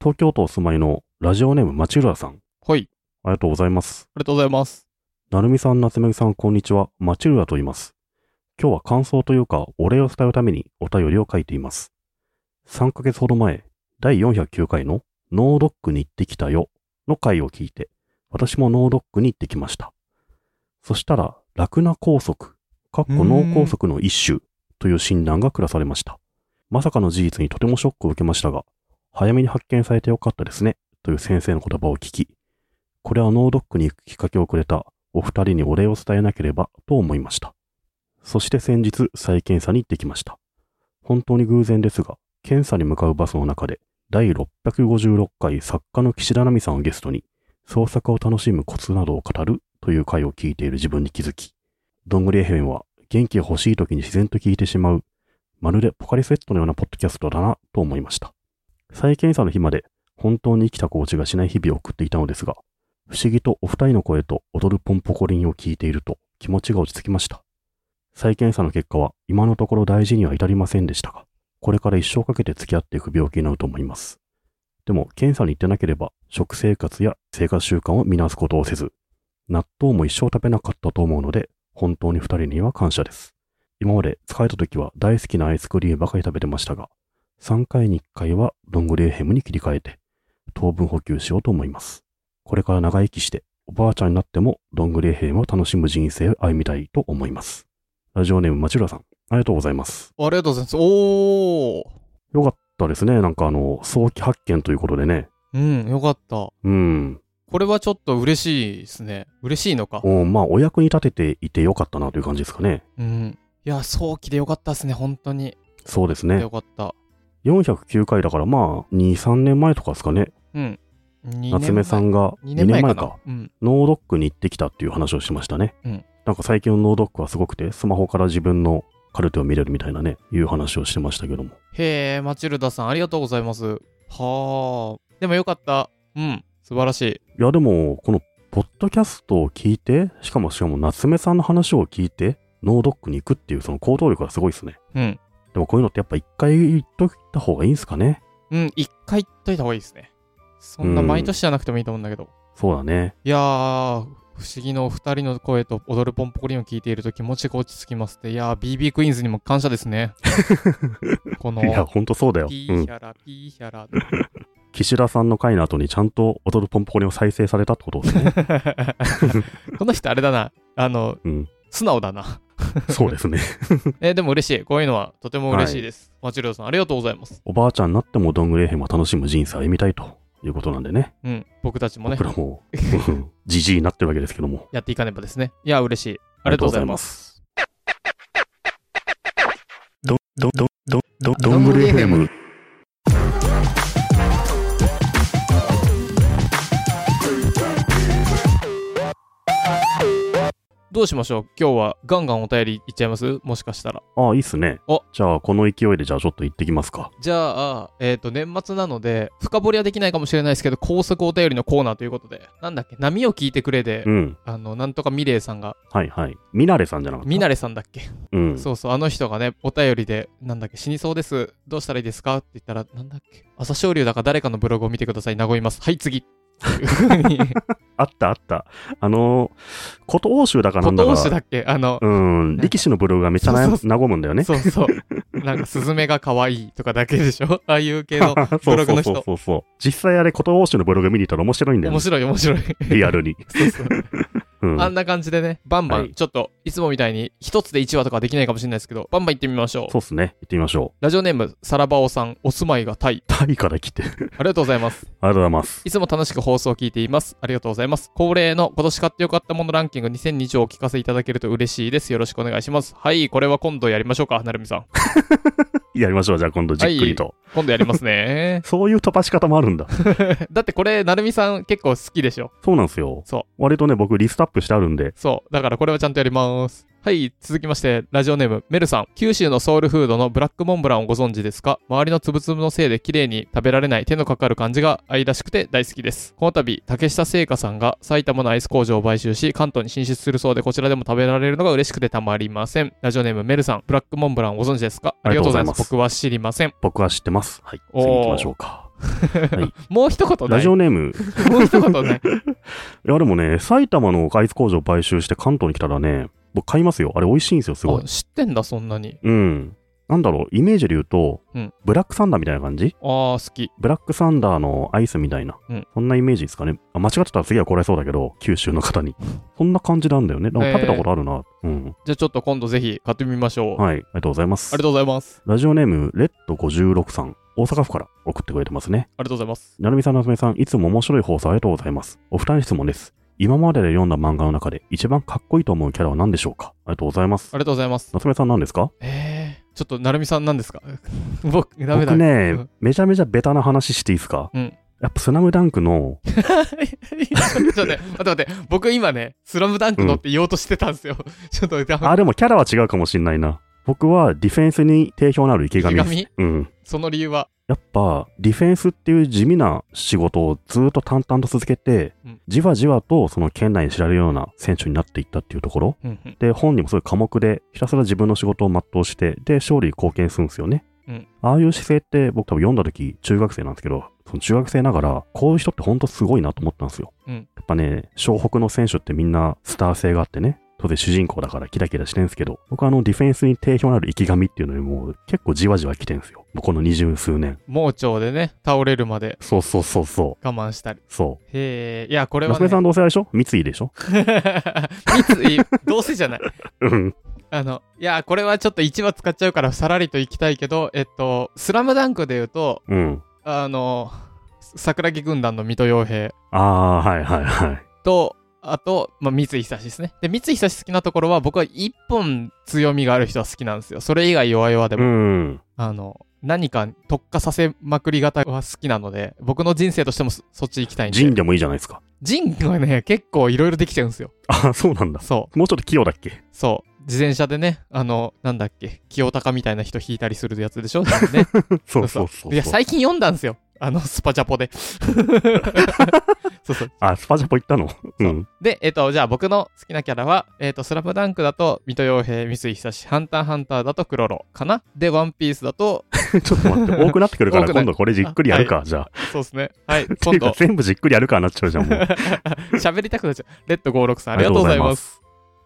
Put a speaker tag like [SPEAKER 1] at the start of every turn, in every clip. [SPEAKER 1] 東京都お住まいのラジオネーム町浦さん。
[SPEAKER 2] はい。
[SPEAKER 1] ありがとうございます。
[SPEAKER 2] ありがとうございます。
[SPEAKER 1] なるみさん、夏目さん、こんにちは。マチルダと言います。今日は感想というか、お礼を伝えるためにお便りを書いています。3ヶ月ほど前、第409回のノードックに行ってきたよの回を聞いて、私もノードックに行ってきました。そしたら、楽な拘束、かっこ脳梗塞の一種という診断が下されました。まさかの事実にとてもショックを受けましたが、早めに発見されてよかったですね、という先生の言葉を聞き、これはノードックに行くきっかけをくれたお二人にお礼を伝えなければと思いました。そして先日、再検査に行ってきました。本当に偶然ですが、検査に向かうバスの中で、第656回作家の岸田奈美さんをゲストに、創作を楽しむコツなどを語るという回を聞いている自分に気づき、どんぐり FM は元気が欲しい時に自然と聞いてしまう、まるでポカリスエットのようなポッドキャストだなと思いました。再検査の日まで本当に生きたコーチがしない日々を送っていたのですが、不思議とお二人の声と踊るポンポコリンを聞いていると気持ちが落ち着きました。再検査の結果は今のところ大事には至りませんでしたが、これから一生かけて付き合っていく病気になると思います。でも検査に行ってなければ食生活や生活習慣を見直すことをせず、納豆も一生食べなかったと思うので、本当に二人には感謝です。今まで疲れた時は大好きなアイスクリームばかり食べてましたが、3回に1回はどんぐりヘムに切り替えて、糖分補給しようと思います。これから長生きして、おばあちゃんになっても、どんぐり平を楽しむ人生を歩みたいと思います。ラジオネーム、町浦さん、ありがとうございます。
[SPEAKER 2] ありがとうございます。おー。
[SPEAKER 1] よかったですね。なんかあの、早期発見ということでね。
[SPEAKER 2] うん、よかった。
[SPEAKER 1] うん。
[SPEAKER 2] これはちょっと嬉しいですね。嬉しいのか。
[SPEAKER 1] おまあ、お役に立てていてよかったなという感じですかね。
[SPEAKER 2] うん。いや、早期でよかったですね、本当に。
[SPEAKER 1] そうです
[SPEAKER 2] で
[SPEAKER 1] ね
[SPEAKER 2] よ。かった。
[SPEAKER 1] 409回だから、まあ、2、3年前とかですかね。
[SPEAKER 2] うん。二
[SPEAKER 1] 夏目さんが
[SPEAKER 2] 2
[SPEAKER 1] 2
[SPEAKER 2] 年前
[SPEAKER 1] 年前
[SPEAKER 2] かな
[SPEAKER 1] か、
[SPEAKER 2] うん。
[SPEAKER 1] ノードックに行ってきたっていう話をしましたね。
[SPEAKER 2] うん
[SPEAKER 1] なんか最近のノードックはすごくて、スマホから自分のカルテを見れるみたいなね、いう話をしてましたけども。
[SPEAKER 2] へえ、マチルダさん、ありがとうございます。はあ。でもよかった。うん。素晴らしい。
[SPEAKER 1] いやでも、このポッドキャストを聞いて、しかもしかも夏目さんの話を聞いて、ノードックに行くっていうその行動力がすごいですね。
[SPEAKER 2] うん。
[SPEAKER 1] でもこういうのってやっぱ一回言っといた方がいいんすかね。
[SPEAKER 2] うん、一回言っといた方がいいですね。そんな
[SPEAKER 1] うん
[SPEAKER 2] 毎年じゃなくてもいいと思うんだけど。
[SPEAKER 1] そうだね。
[SPEAKER 2] いやー、不思議のお二人の声と踊るポンポコリンを聞いていると気持ちが落ち着きますって、いやー、BB クイーンズにも感謝です ね。この
[SPEAKER 1] い、や、ほんとそうだよ。
[SPEAKER 2] ピ
[SPEAKER 1] う
[SPEAKER 2] ー
[SPEAKER 1] ん
[SPEAKER 2] ヒ。ャラ、ピーヒャラ。
[SPEAKER 1] 岸田さんの回の後にちゃんと踊るポンポコリンを再生されたってことです ね。
[SPEAKER 2] この人あれだな、あの、
[SPEAKER 1] うん。
[SPEAKER 2] 素直だな。
[SPEAKER 1] そうですね。
[SPEAKER 2] えでも嬉しい。こういうのはとても嬉しいです。マチルドさん、ありがとうございます。
[SPEAKER 1] おばあちゃんになってもどんぐり編を楽しむ人生を歩みたいということなんでね。
[SPEAKER 2] うん、僕たちもね
[SPEAKER 1] 僕、らも、うんじじいになってるわけですけども。
[SPEAKER 2] やっていかねばですね。いやー、嬉しい。 ありがとうございま
[SPEAKER 1] す。
[SPEAKER 2] す。
[SPEAKER 1] ど、ど、ど、ど、ど、どんぐり FM。
[SPEAKER 2] どうしましょう今日はガンガンお便りいっちゃいますもしかしたら。
[SPEAKER 1] ああ、いいっすね
[SPEAKER 2] お。
[SPEAKER 1] じゃあ、この勢いで、じゃあちょっと行ってきますか。
[SPEAKER 2] じゃあ、えっ、と、年末なので、深掘りはできないかもしれないですけど、高速お便りのコーナーということで、なんだっけ、波を聞いてくれで、
[SPEAKER 1] うん。
[SPEAKER 2] あの、なんとかミレイさんが、
[SPEAKER 1] はいはい。ミナレさんじゃなかった
[SPEAKER 2] ミナレさんだっけ、
[SPEAKER 1] うん。
[SPEAKER 2] そうそう、あの人がね、お便りで、なんだっけ、死にそうです、どうしたらいいですかって言ったら、なんだっけ、朝青龍だか誰かのブログを見てください、名います。はい、次。っていうふうに
[SPEAKER 1] あったあった。あのー、古都欧州だかな
[SPEAKER 2] 古
[SPEAKER 1] んだ
[SPEAKER 2] 都
[SPEAKER 1] か。
[SPEAKER 2] 欧州だっけあの、
[SPEAKER 1] うん。
[SPEAKER 2] ね
[SPEAKER 1] 力士のブログがめっちゃな
[SPEAKER 2] そうそう
[SPEAKER 1] 和むんだよね。
[SPEAKER 2] そうそう。なんか、スズメが可愛いとかだけでしょああいう系のブログ の
[SPEAKER 1] そうそう
[SPEAKER 2] 人。
[SPEAKER 1] そうそう。実際あれ、古都欧州のブログ見に行ったら面白いんだよ
[SPEAKER 2] 面
[SPEAKER 1] ね。
[SPEAKER 2] 白い、面白い。
[SPEAKER 1] リアルに。
[SPEAKER 2] そうそう。
[SPEAKER 1] うん。
[SPEAKER 2] あ
[SPEAKER 1] そ
[SPEAKER 2] んな感じでね、バンバ
[SPEAKER 1] は
[SPEAKER 2] ン、
[SPEAKER 1] い
[SPEAKER 2] ちょっと、いつもみたいに、一つで1話とかはできないかもしれないですけど、バンバン行ってみましょう。
[SPEAKER 1] うっすね。行ってみましょう。
[SPEAKER 2] ラジオネーム、さらばおさん、お住まいがタイ。
[SPEAKER 1] タイから来て。あり
[SPEAKER 2] ありがとうござ います。
[SPEAKER 1] がとうございます。
[SPEAKER 2] いつも楽しく放送を聞いています。ありがとうございます。恒例の今年買ってよかったものランキング2020をお聞かせいただけると嬉しいです。よろしくお願いします。はい、これは今度やりましょうか、なるみさん。
[SPEAKER 1] やりましょう。じゃあ今度じっくりと。。
[SPEAKER 2] 今度やりますね
[SPEAKER 1] そういう飛ばし方もあるんだ。
[SPEAKER 2] だってこれ、なるみさん結構好きでしょ。
[SPEAKER 1] そうなんですよ。
[SPEAKER 2] そ
[SPEAKER 1] 割とね、僕リストアップしてあるんで、
[SPEAKER 2] そう。だからこれはちゃんとやります。はい、続きまして、ラジオネーム、メルさん。九州のソウルフードのブラックモンブランをご存知ですか周りのつぶつぶのせいで綺麗に食べられない手のかかる感じが愛らしくて大好きです。この度、竹下製菓さんが埼玉のアイス工場を買収し、関東に進出するそうで、こちらでも食べられるのが嬉しくてたまりません。ラジオネーム、メルさん。ブラックモンブランをご存知ですかありがとうございま
[SPEAKER 1] あ
[SPEAKER 2] す。
[SPEAKER 1] りがとうございます
[SPEAKER 2] 僕は知りません。
[SPEAKER 1] 僕は知ってます。はい。
[SPEAKER 2] おー
[SPEAKER 1] 次行きましょうか。い
[SPEAKER 2] もう一言な
[SPEAKER 1] ラ
[SPEAKER 2] い。
[SPEAKER 1] ジ
[SPEAKER 2] も
[SPEAKER 1] オネーム、
[SPEAKER 2] う一言 ない。
[SPEAKER 1] いやでもね、埼玉のアイス工場を買収して関東に来たらね、僕買いますよ。あれ美味しいんですよ、すごい
[SPEAKER 2] あ。知ってんだ、そんなに。
[SPEAKER 1] うん。なんだろう、イメージで言うと、
[SPEAKER 2] うん
[SPEAKER 1] ブラックサンダーみたいな感じ
[SPEAKER 2] あー、好き。
[SPEAKER 1] ブラックサンダーのアイスみたいな、
[SPEAKER 2] うん
[SPEAKER 1] そんなイメージですかね。あ間違ってたら次は怒られそうだけど、九州の方に。 そんな感じなんだよね。なんか食べたことあるな。うん。
[SPEAKER 2] じゃあちょっと今度ぜひ買ってみましょう。あ
[SPEAKER 1] はい。ありがとうございます
[SPEAKER 2] りが。とうございます。
[SPEAKER 1] ラジオネーム、レッド56さん。大阪府から送ってくれてますね。
[SPEAKER 2] ありがとうございます。
[SPEAKER 1] なるみさん、なつめさん、いつも面白い放送ありがとうございます。お二人に質問です。今までで読んだ漫画の中で一番かっこいいと思うキャラは何でしょうかありがとうございます。
[SPEAKER 2] ありがとうございます。
[SPEAKER 1] 夏目さん何ですか
[SPEAKER 2] えー、ちょっと、なるみさんなんですか 僕、ダメだ。
[SPEAKER 1] 僕ね、
[SPEAKER 2] うん
[SPEAKER 1] めちゃめちゃベタな話していいですか、
[SPEAKER 2] うん
[SPEAKER 1] やっぱスナムダンク の、
[SPEAKER 2] ちょっと待って、待って待って、僕今ね、スラムダンクのって言おうとしてたんですよ。 ちょっと待って、
[SPEAKER 1] あ、でもキャラは違うかもしんないな。僕はディフェンスに定評のある池上です。
[SPEAKER 2] 池
[SPEAKER 1] うん。
[SPEAKER 2] その理由は、
[SPEAKER 1] やっぱディフェンスっていう地味な仕事をずっと淡々と続けて、
[SPEAKER 2] うん
[SPEAKER 1] じわじわとその県内に知られるような選手になっていったっていうところ
[SPEAKER 2] うんうん
[SPEAKER 1] で本人もそういう科目でひたすら自分の仕事を全うしてで勝利に貢献するんですよね、
[SPEAKER 2] うん
[SPEAKER 1] ああいう姿勢って僕多分読んだ時中学生なんですけどその中学生ながらこういう人って本当すごいなと思ったんですよ、
[SPEAKER 2] うん
[SPEAKER 1] やっぱね湘北の選手ってみんなスター性があってね当然主人公だからキラキラしてるんですけど僕はあのディフェンスに定評のある生き神っていうのにもう結構じわじわ来てるんですよこの二十数年
[SPEAKER 2] 盲腸でね、倒れるまで
[SPEAKER 1] そうそうそうそ
[SPEAKER 2] 我慢したり。
[SPEAKER 1] う。そう。
[SPEAKER 2] へえ、いや、これは
[SPEAKER 1] 夏目
[SPEAKER 2] ね
[SPEAKER 1] さ、んどうせあれでしょ三井でしょ
[SPEAKER 2] 三井、どうせじゃない。
[SPEAKER 1] うん。
[SPEAKER 2] あの、いや、これはちょっと1話使っちゃうからさらりと行きたいけど、えっと、スラムダンクで言うと、
[SPEAKER 1] うん。
[SPEAKER 2] あの、桜木軍団の水戸洋平
[SPEAKER 1] ああー、はいはいはい。
[SPEAKER 2] と、あと、まあ、三井久志ですね。で、三井久志好きなところは、僕は一本強みがある人は好きなんですよ。それ以外弱々で
[SPEAKER 1] う
[SPEAKER 2] も。
[SPEAKER 1] ん。
[SPEAKER 2] あの、何か特化させまくり型は好きなので、僕の人生としてもそそっち行きたいんで。
[SPEAKER 1] 陣でもいいじゃないですか。
[SPEAKER 2] 人がね、結構いろいろできちゃうんですよ。
[SPEAKER 1] あそうなんだ。
[SPEAKER 2] そう。
[SPEAKER 1] もうちょっと器用だっけ
[SPEAKER 2] そう。自転車でね、あの、なんだっけ、清高みたいな人引いたりするやつで しょ、ね、
[SPEAKER 1] そうそうそうそう。
[SPEAKER 2] いや、最近読んだんですよ。あの、スパチャ ポで。そうそう。
[SPEAKER 1] あ、スパジャポ行ったの。うん。
[SPEAKER 2] で、えっ、と、じゃあ僕の好きなキャラは、えっ、と、スラムダンクだと、水戸洋平、三井久志、ハンターハンターだと、クロロかなで、ワンピースだと、
[SPEAKER 1] ちょっと待 って、多くなってくるか
[SPEAKER 2] 多
[SPEAKER 1] ら
[SPEAKER 2] くな
[SPEAKER 1] 今
[SPEAKER 2] い
[SPEAKER 1] 度これじっくりやるか、じゃあ。
[SPEAKER 2] そうです ね。はい、
[SPEAKER 1] ってい
[SPEAKER 2] 今
[SPEAKER 1] うか
[SPEAKER 2] 度、
[SPEAKER 1] 全部じっくりやるかなっちゃうじ ゃん、もう。
[SPEAKER 2] 喋りたくなっちゃう。レッド56さん、ありがとうございます。
[SPEAKER 1] す。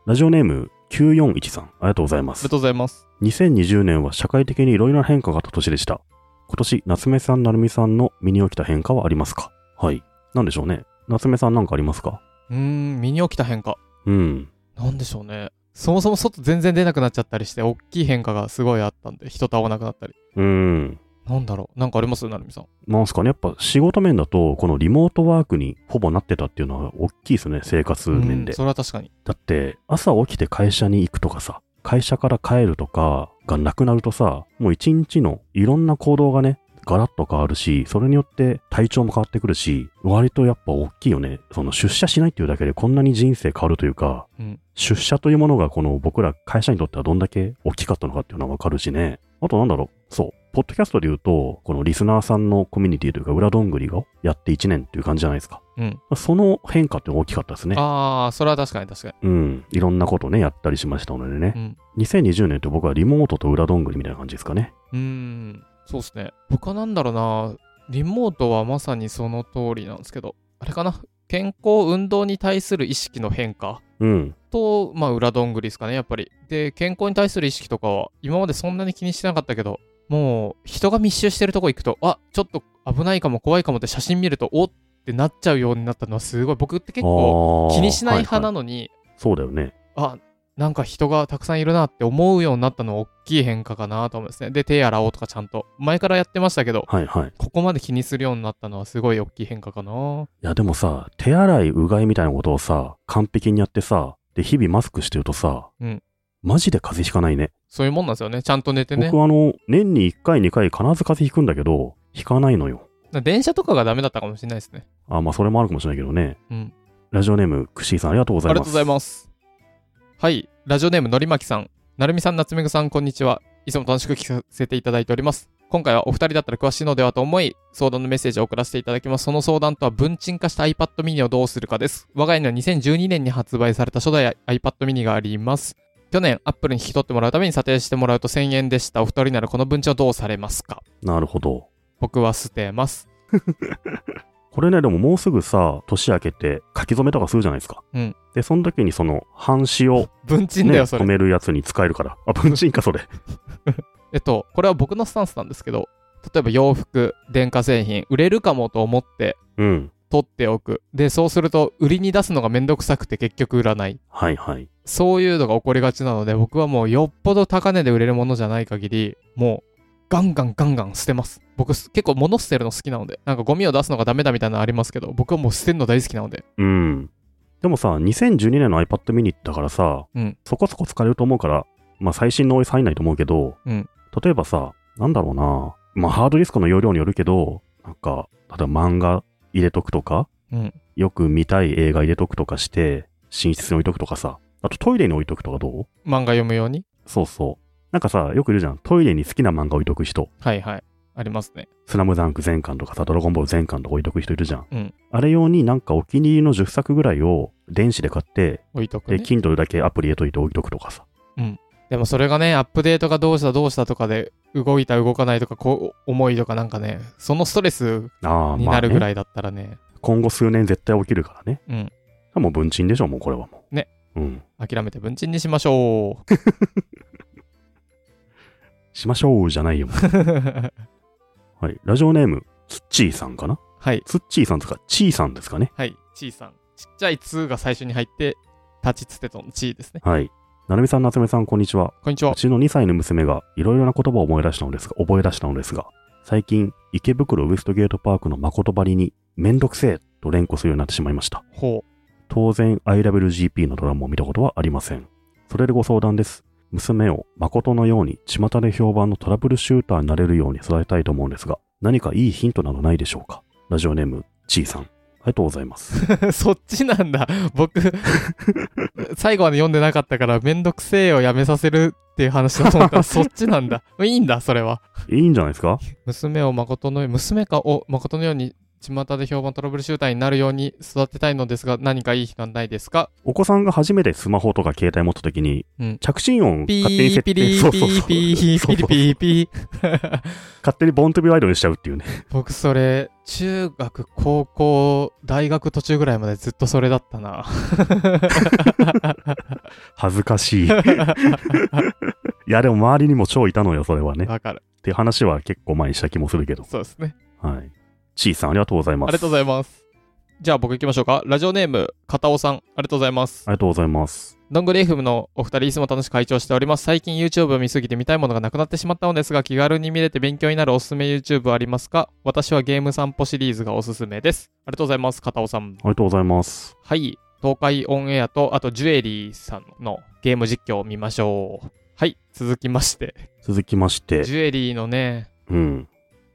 [SPEAKER 1] ラジオネーム941さん、ありがとうございま
[SPEAKER 2] あり
[SPEAKER 1] す
[SPEAKER 2] が。とうございます。
[SPEAKER 1] 2020年は社会的にいろいろな変化があった年でした。今年、夏目さん、なるみさんの身に起きた変化はありますかはい。なんでしょうね。夏目さんなんかありますか
[SPEAKER 2] うーん、身に起きた変化。
[SPEAKER 1] うん。
[SPEAKER 2] なんでしょうね。そもそも外全然出なくなっちゃったりして、大きい変化がすごいあったんで、人と会わなくなったり。
[SPEAKER 1] うん。
[SPEAKER 2] なんだろう、なんかありますなるみさん。
[SPEAKER 1] なんすかね。やっぱ仕事面だと、このリモートワークにほぼなってたっていうのは大きいですね。生活面
[SPEAKER 2] う
[SPEAKER 1] で
[SPEAKER 2] ん。それは確かに。
[SPEAKER 1] だって、朝起きて会社に行くとかさ、会社から帰るとかがなくなるとさ、もう一日のいろんな行動がね、ガラッと変わるし、それによって体調も変わってくるし、割とやっぱ大きいよね。その出社しないっていうだけでこんなに人生変わるというか、
[SPEAKER 2] うん
[SPEAKER 1] 出社というものがこの僕ら会社にとってはどんだけ大きかったのかっていうのはわかるしね。あとなんだろう。そう。ポッドキャストで言うと、このリスナーさんのコミュニティというか、裏どんぐりがやって1年っていう感じじゃないですか。
[SPEAKER 2] うん。
[SPEAKER 1] その変化って大きかったですね。
[SPEAKER 2] ああ、それは確かに確かに。
[SPEAKER 1] うん、いろんなことね、やったりしましたのでね
[SPEAKER 2] う。ん。
[SPEAKER 1] 2020年って僕はリモートと裏どんぐりみたいな感じですかね。
[SPEAKER 2] うーん、そうですね。他なんだろうな、リモートはまさにその通りなんですけど、あれかな、健康、運動に対する意識の変化
[SPEAKER 1] うん。
[SPEAKER 2] と、まあ、裏どんぐりですかね、やっぱり。で、健康に対する意識とかは、今までそんなに気にしてなかったけど、もう、人が密集してるとこ行くと、あちょっと危ないかも、怖いかもって写真見ると、おってなっちゃうようになったのは、すごい、僕って結構、
[SPEAKER 1] あー
[SPEAKER 2] 気にしない派
[SPEAKER 1] は
[SPEAKER 2] なのに、
[SPEAKER 1] いはいそうだよね。
[SPEAKER 2] あなんか人がたくさんいるなって思うようになったのは大きい変化かなと思うんですね。で、手洗おうとかちゃんと。前からやってましたけど、
[SPEAKER 1] はいはい。い
[SPEAKER 2] ここまで気にするようになったのはすごい大きい変化かな。
[SPEAKER 1] やでもさ、手洗い、うがいみたいなことをさ、完璧にやってさ、で、日々マスクしてるとさ、
[SPEAKER 2] うん
[SPEAKER 1] マジで風邪ひかないね。
[SPEAKER 2] そういうもんなんですよね。ちゃんと寝てね
[SPEAKER 1] 僕。はあの、年に1回、2回必ず風邪ひくんだけど、ひかないのよ。
[SPEAKER 2] 電車とかがダメだったかもしれないですね。
[SPEAKER 1] あ、まあそれもあるかもしれないけどね。
[SPEAKER 2] うん。
[SPEAKER 1] ラジオネーム、クシーさんありがとうご
[SPEAKER 2] あ
[SPEAKER 1] ざ
[SPEAKER 2] り
[SPEAKER 1] い
[SPEAKER 2] がと
[SPEAKER 1] ま
[SPEAKER 2] う
[SPEAKER 1] す。
[SPEAKER 2] ございます。はい。ラジオネームのりまきさん。なるみさん、なつめぐさん、こんにちは。いつも楽しく聞かせていただいております。今回はお二人だったら詳しいのではと思い、相談のメッセージを送らせていただきます。その相談とは、文鎮化した iPad mini をどうするかです。我が家には2012年に発売された初代 iPad mini があります。去年、Apple に引き取ってもらうために査定してもらうと1000円でした。お二人ならこの文鎮をどうされますか
[SPEAKER 1] なるほど。
[SPEAKER 2] 僕は捨てます。
[SPEAKER 1] これね、でももうすぐさ、年明けて書き初めとかするじゃないですか。
[SPEAKER 2] うん
[SPEAKER 1] で、その時にその、半紙を、
[SPEAKER 2] 文鎮だ
[SPEAKER 1] ね、
[SPEAKER 2] よ、そ
[SPEAKER 1] 止
[SPEAKER 2] れ。
[SPEAKER 1] めるやつに使えるから。あ、文鎮か、それ。
[SPEAKER 2] えっと、これは僕のスタンスなんですけど、例えば洋服、電化製品、売れるかもと思って
[SPEAKER 1] うん。
[SPEAKER 2] 取っておく。で、そうすると、売りに出すのがめんどくさくて結局売らない。
[SPEAKER 1] はいはい。
[SPEAKER 2] そういうのが起こりがちなので、僕はもうよっぽど高値で売れるものじゃない限り、もうガンガンガンガン捨てます。僕す結構物捨てるの好きなので、なんかゴミを出すのがダメだみたいなのありますけど、僕はもう捨てるの大好きなので。
[SPEAKER 1] うん。でもさ、2012年の iPad mini だからさ、
[SPEAKER 2] うん
[SPEAKER 1] そこそこ使えると思うから、まあ最新の OS 入んないと思うけど、
[SPEAKER 2] うん
[SPEAKER 1] 例えばさ、なんだろうな、まあハードディスクの容量によるけど、なんか、例えば漫画入れとくとか、
[SPEAKER 2] うん
[SPEAKER 1] よく見たい映画入れとくとかして、寝室に置いとくとかさ、あとトイレに置いとくとかどう
[SPEAKER 2] 漫画読むように。
[SPEAKER 1] そうそう。なんかさ、よくいるじゃん。トイレに好きな漫画置いとく人。
[SPEAKER 2] はいはい。ありますね。
[SPEAKER 1] スラムダンク全巻とかさ、ドラゴンボール全巻とか置いとく人いるじゃん。
[SPEAKER 2] うん
[SPEAKER 1] あれ用になんかお気に入りの10作ぐらいを電子で買って、
[SPEAKER 2] 置いとく
[SPEAKER 1] で、
[SPEAKER 2] ね。
[SPEAKER 1] Kindle だけアプリ入れといて置いとくとかさ。
[SPEAKER 2] でもそれがね、アップデートがどうしたどうしたとかで、動いた動かないとか、こう、思いとかなんかね、そのストレス
[SPEAKER 1] ああ、
[SPEAKER 2] に
[SPEAKER 1] まあ、
[SPEAKER 2] なるぐ
[SPEAKER 1] ね、
[SPEAKER 2] らいだったらね、
[SPEAKER 1] 今後数年絶対起きるからね。
[SPEAKER 2] うん
[SPEAKER 1] もう文鎮でしょ、もうこれはもう。
[SPEAKER 2] ね。
[SPEAKER 1] うん。
[SPEAKER 2] 諦めて文鎮にしましょう。
[SPEAKER 1] しましょうじゃないよ。はい。ラジオネーム、ツッチーさんかな
[SPEAKER 2] はい。
[SPEAKER 1] ツッチーさんですかチーさんですかね。
[SPEAKER 2] はい。ちーさん。ちっちゃいつーが最初に入って、立ちつてとのちーですね。
[SPEAKER 1] はい。なるみさん、夏目さん、こんにちは。
[SPEAKER 2] こんにちは
[SPEAKER 1] う。ちの2歳の娘がいろいろな言葉を思い出したのですが、覚え出したのですが、最近、池袋ウエストゲートパークの誠張りに、めんどくせえと連呼するようになってしまいました。
[SPEAKER 2] ほ
[SPEAKER 1] 当然、IWGP のドラマを見たことはありません。それでご相談です。娘を誠のように巷で評判のトラブルシューターになれるように育てたいと思うんですが、何かいいヒントなどないでしょうかラジオネーム、ちーさん。ありがとうございます。
[SPEAKER 2] う。 そっちなんだ。僕、 最後まで読んでなかったから、めんどくせえをやめさせるっていう話だと思ったら、そっちなんだ。 いいんだ、それは。
[SPEAKER 1] いいんじゃないですか
[SPEAKER 2] 娘を誠のように娘かを誠のように巷で評判トラブルシューターになるように育てたいのですが何かいい日がないですか
[SPEAKER 1] お子さんが初めてスマホとか携帯持った時に、
[SPEAKER 2] うん
[SPEAKER 1] 着信音勝
[SPEAKER 2] ピ
[SPEAKER 1] 手に設定
[SPEAKER 2] ーピリ
[SPEAKER 1] そ
[SPEAKER 2] ー
[SPEAKER 1] う
[SPEAKER 2] ピ
[SPEAKER 1] そうそ
[SPEAKER 2] ー
[SPEAKER 1] うそ
[SPEAKER 2] ピーピ
[SPEAKER 1] うそうそ
[SPEAKER 2] リ
[SPEAKER 1] う
[SPEAKER 2] ピーピー
[SPEAKER 1] 勝手にボーントゥビーアイドルにしちゃうっていうね。
[SPEAKER 2] 僕それ中学高校大学途中ぐらいまでずっとそれだったな
[SPEAKER 1] 恥ずか しい。いや、でも周りにも超いたのよ、それはね。っ
[SPEAKER 2] わかる
[SPEAKER 1] ていう話は結構前にした気もするけど。
[SPEAKER 2] そうですね
[SPEAKER 1] はい。ちーさん、ありがとうござい
[SPEAKER 2] あ
[SPEAKER 1] ます。
[SPEAKER 2] りがとうございますじゃあ僕行きましょうかラジオネーム片尾さんありがとうございます
[SPEAKER 1] ありがとうございます。
[SPEAKER 2] どんぐり FM のお二人いつも楽しく会長しております。最近 YouTube を見すぎて見たいものがなくなってしまったのですが、気軽に見れて勉強になるおすすめ YouTube はありますか私はゲーム散歩シリーズがおすすめです。ありがとうございます、片尾さん。
[SPEAKER 1] ありがとうございます。
[SPEAKER 2] はい、東海オンエアと、あとジュエリーさんのゲーム実況を見ましょう。はい、続きまして。
[SPEAKER 1] 続きまして、
[SPEAKER 2] ジュエリーのね、
[SPEAKER 1] うん。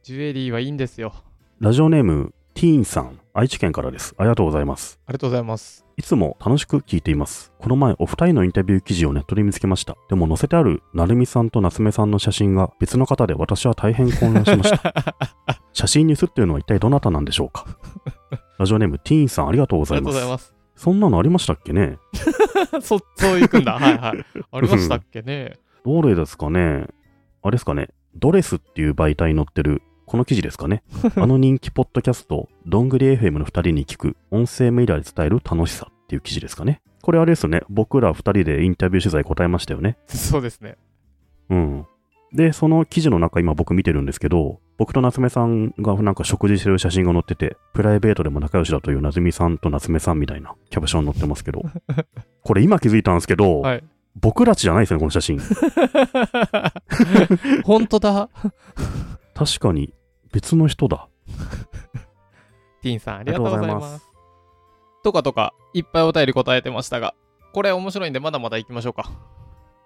[SPEAKER 2] ジュエリーはいいんですよ。
[SPEAKER 1] ラジオネーム、ティーンさん、愛知県からです。ありがとうございます。
[SPEAKER 2] ありがとうございます。
[SPEAKER 1] いつも楽しく聞いています。この前お二人のインタビュー記事をネットで見つけました。でも載せてあるなるみさんと夏目さんの写真が別の方で私は大変混乱しま した。写真に写っているのは一体どなたなんでしょうかラジオネームティーンさんありがとうご
[SPEAKER 2] あ
[SPEAKER 1] ざ
[SPEAKER 2] り
[SPEAKER 1] い
[SPEAKER 2] が
[SPEAKER 1] ま
[SPEAKER 2] とう
[SPEAKER 1] す。
[SPEAKER 2] ございます。
[SPEAKER 1] そんなのありましたっけね
[SPEAKER 2] そ、そう行くんだ。はい はい。ありましたっけね。
[SPEAKER 1] どれですかねあれですかねドレスっていう媒体に載ってるこの記事ですか ねあの人気ポッドキャスト、どんぐり FM の二人に聞く音声メディアで伝える楽しさっていう記事ですかねこれあれですよね。僕ら二人でインタビュー取材答えましたよね。
[SPEAKER 2] そうですね。
[SPEAKER 1] うん。で、その記事の中、今僕見てるんですけど、僕と夏目さんがなんか食事してる写真が載ってて、プライベートでも仲良しだというなずみさんと夏目さんみたいなキャプション載ってます けど、これ今気づいたんですけど、
[SPEAKER 2] はい。
[SPEAKER 1] 僕たちじゃないですね、この写真。
[SPEAKER 2] 本当だ。
[SPEAKER 1] 確かに別の人だ。
[SPEAKER 2] ティーンさん、あ
[SPEAKER 1] あ
[SPEAKER 2] りがとうございます。。とかとか、いっぱいお便り答えてましたが、これ面白いんで、まだまだ行きましょうか。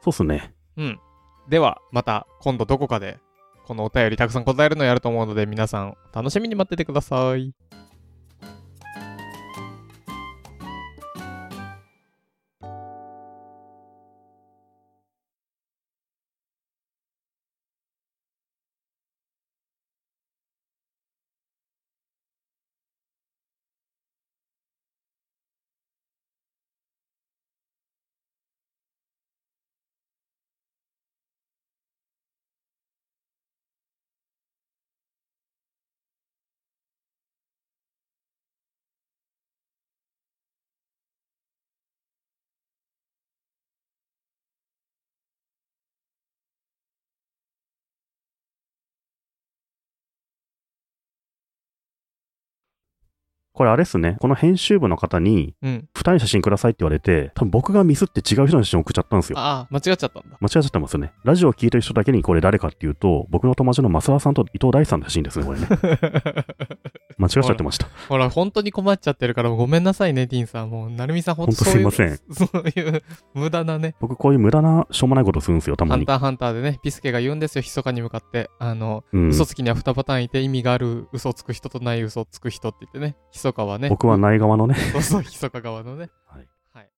[SPEAKER 1] そうっすね。
[SPEAKER 2] うん。では、また今度どこかで、このお便りたくさん答えるのやると思うので、皆さん、楽しみに待っててください。
[SPEAKER 1] これあれっすね。この編集部の方に、
[SPEAKER 2] うん。
[SPEAKER 1] 二人写真くださいって言われて、多分僕がミスって違う人の写真送っちゃったんですよ。
[SPEAKER 2] ああ、間違っちゃったんだ。
[SPEAKER 1] 間違っちゃってますよね。ラジオを聞いてる人だけにこれ誰かっていうと、僕の友達の増田さんと伊藤大地さんの写真ですね、これ ね。間違っちゃってました。
[SPEAKER 2] ほら、本当に困っちゃってるから、ごめんなさいね、ティンさん。もう、なるみさん、本当そういう、
[SPEAKER 1] ほんとすいま
[SPEAKER 2] そういう、無駄なね、
[SPEAKER 1] 僕こういう無駄な、しょうもないことするんですよ、た
[SPEAKER 2] ハ
[SPEAKER 1] ま
[SPEAKER 2] ン
[SPEAKER 1] に。
[SPEAKER 2] ターハンターでね、ピスケが言うんですよ、密かに向かって。あの、
[SPEAKER 1] うん、
[SPEAKER 2] 嘘つきには2パターンいて、意味がある嘘をつく人とない嘘をつく人って言ってね、密かはね、
[SPEAKER 1] 僕はない側のね。
[SPEAKER 2] そうそう、密か側のね。
[SPEAKER 1] はい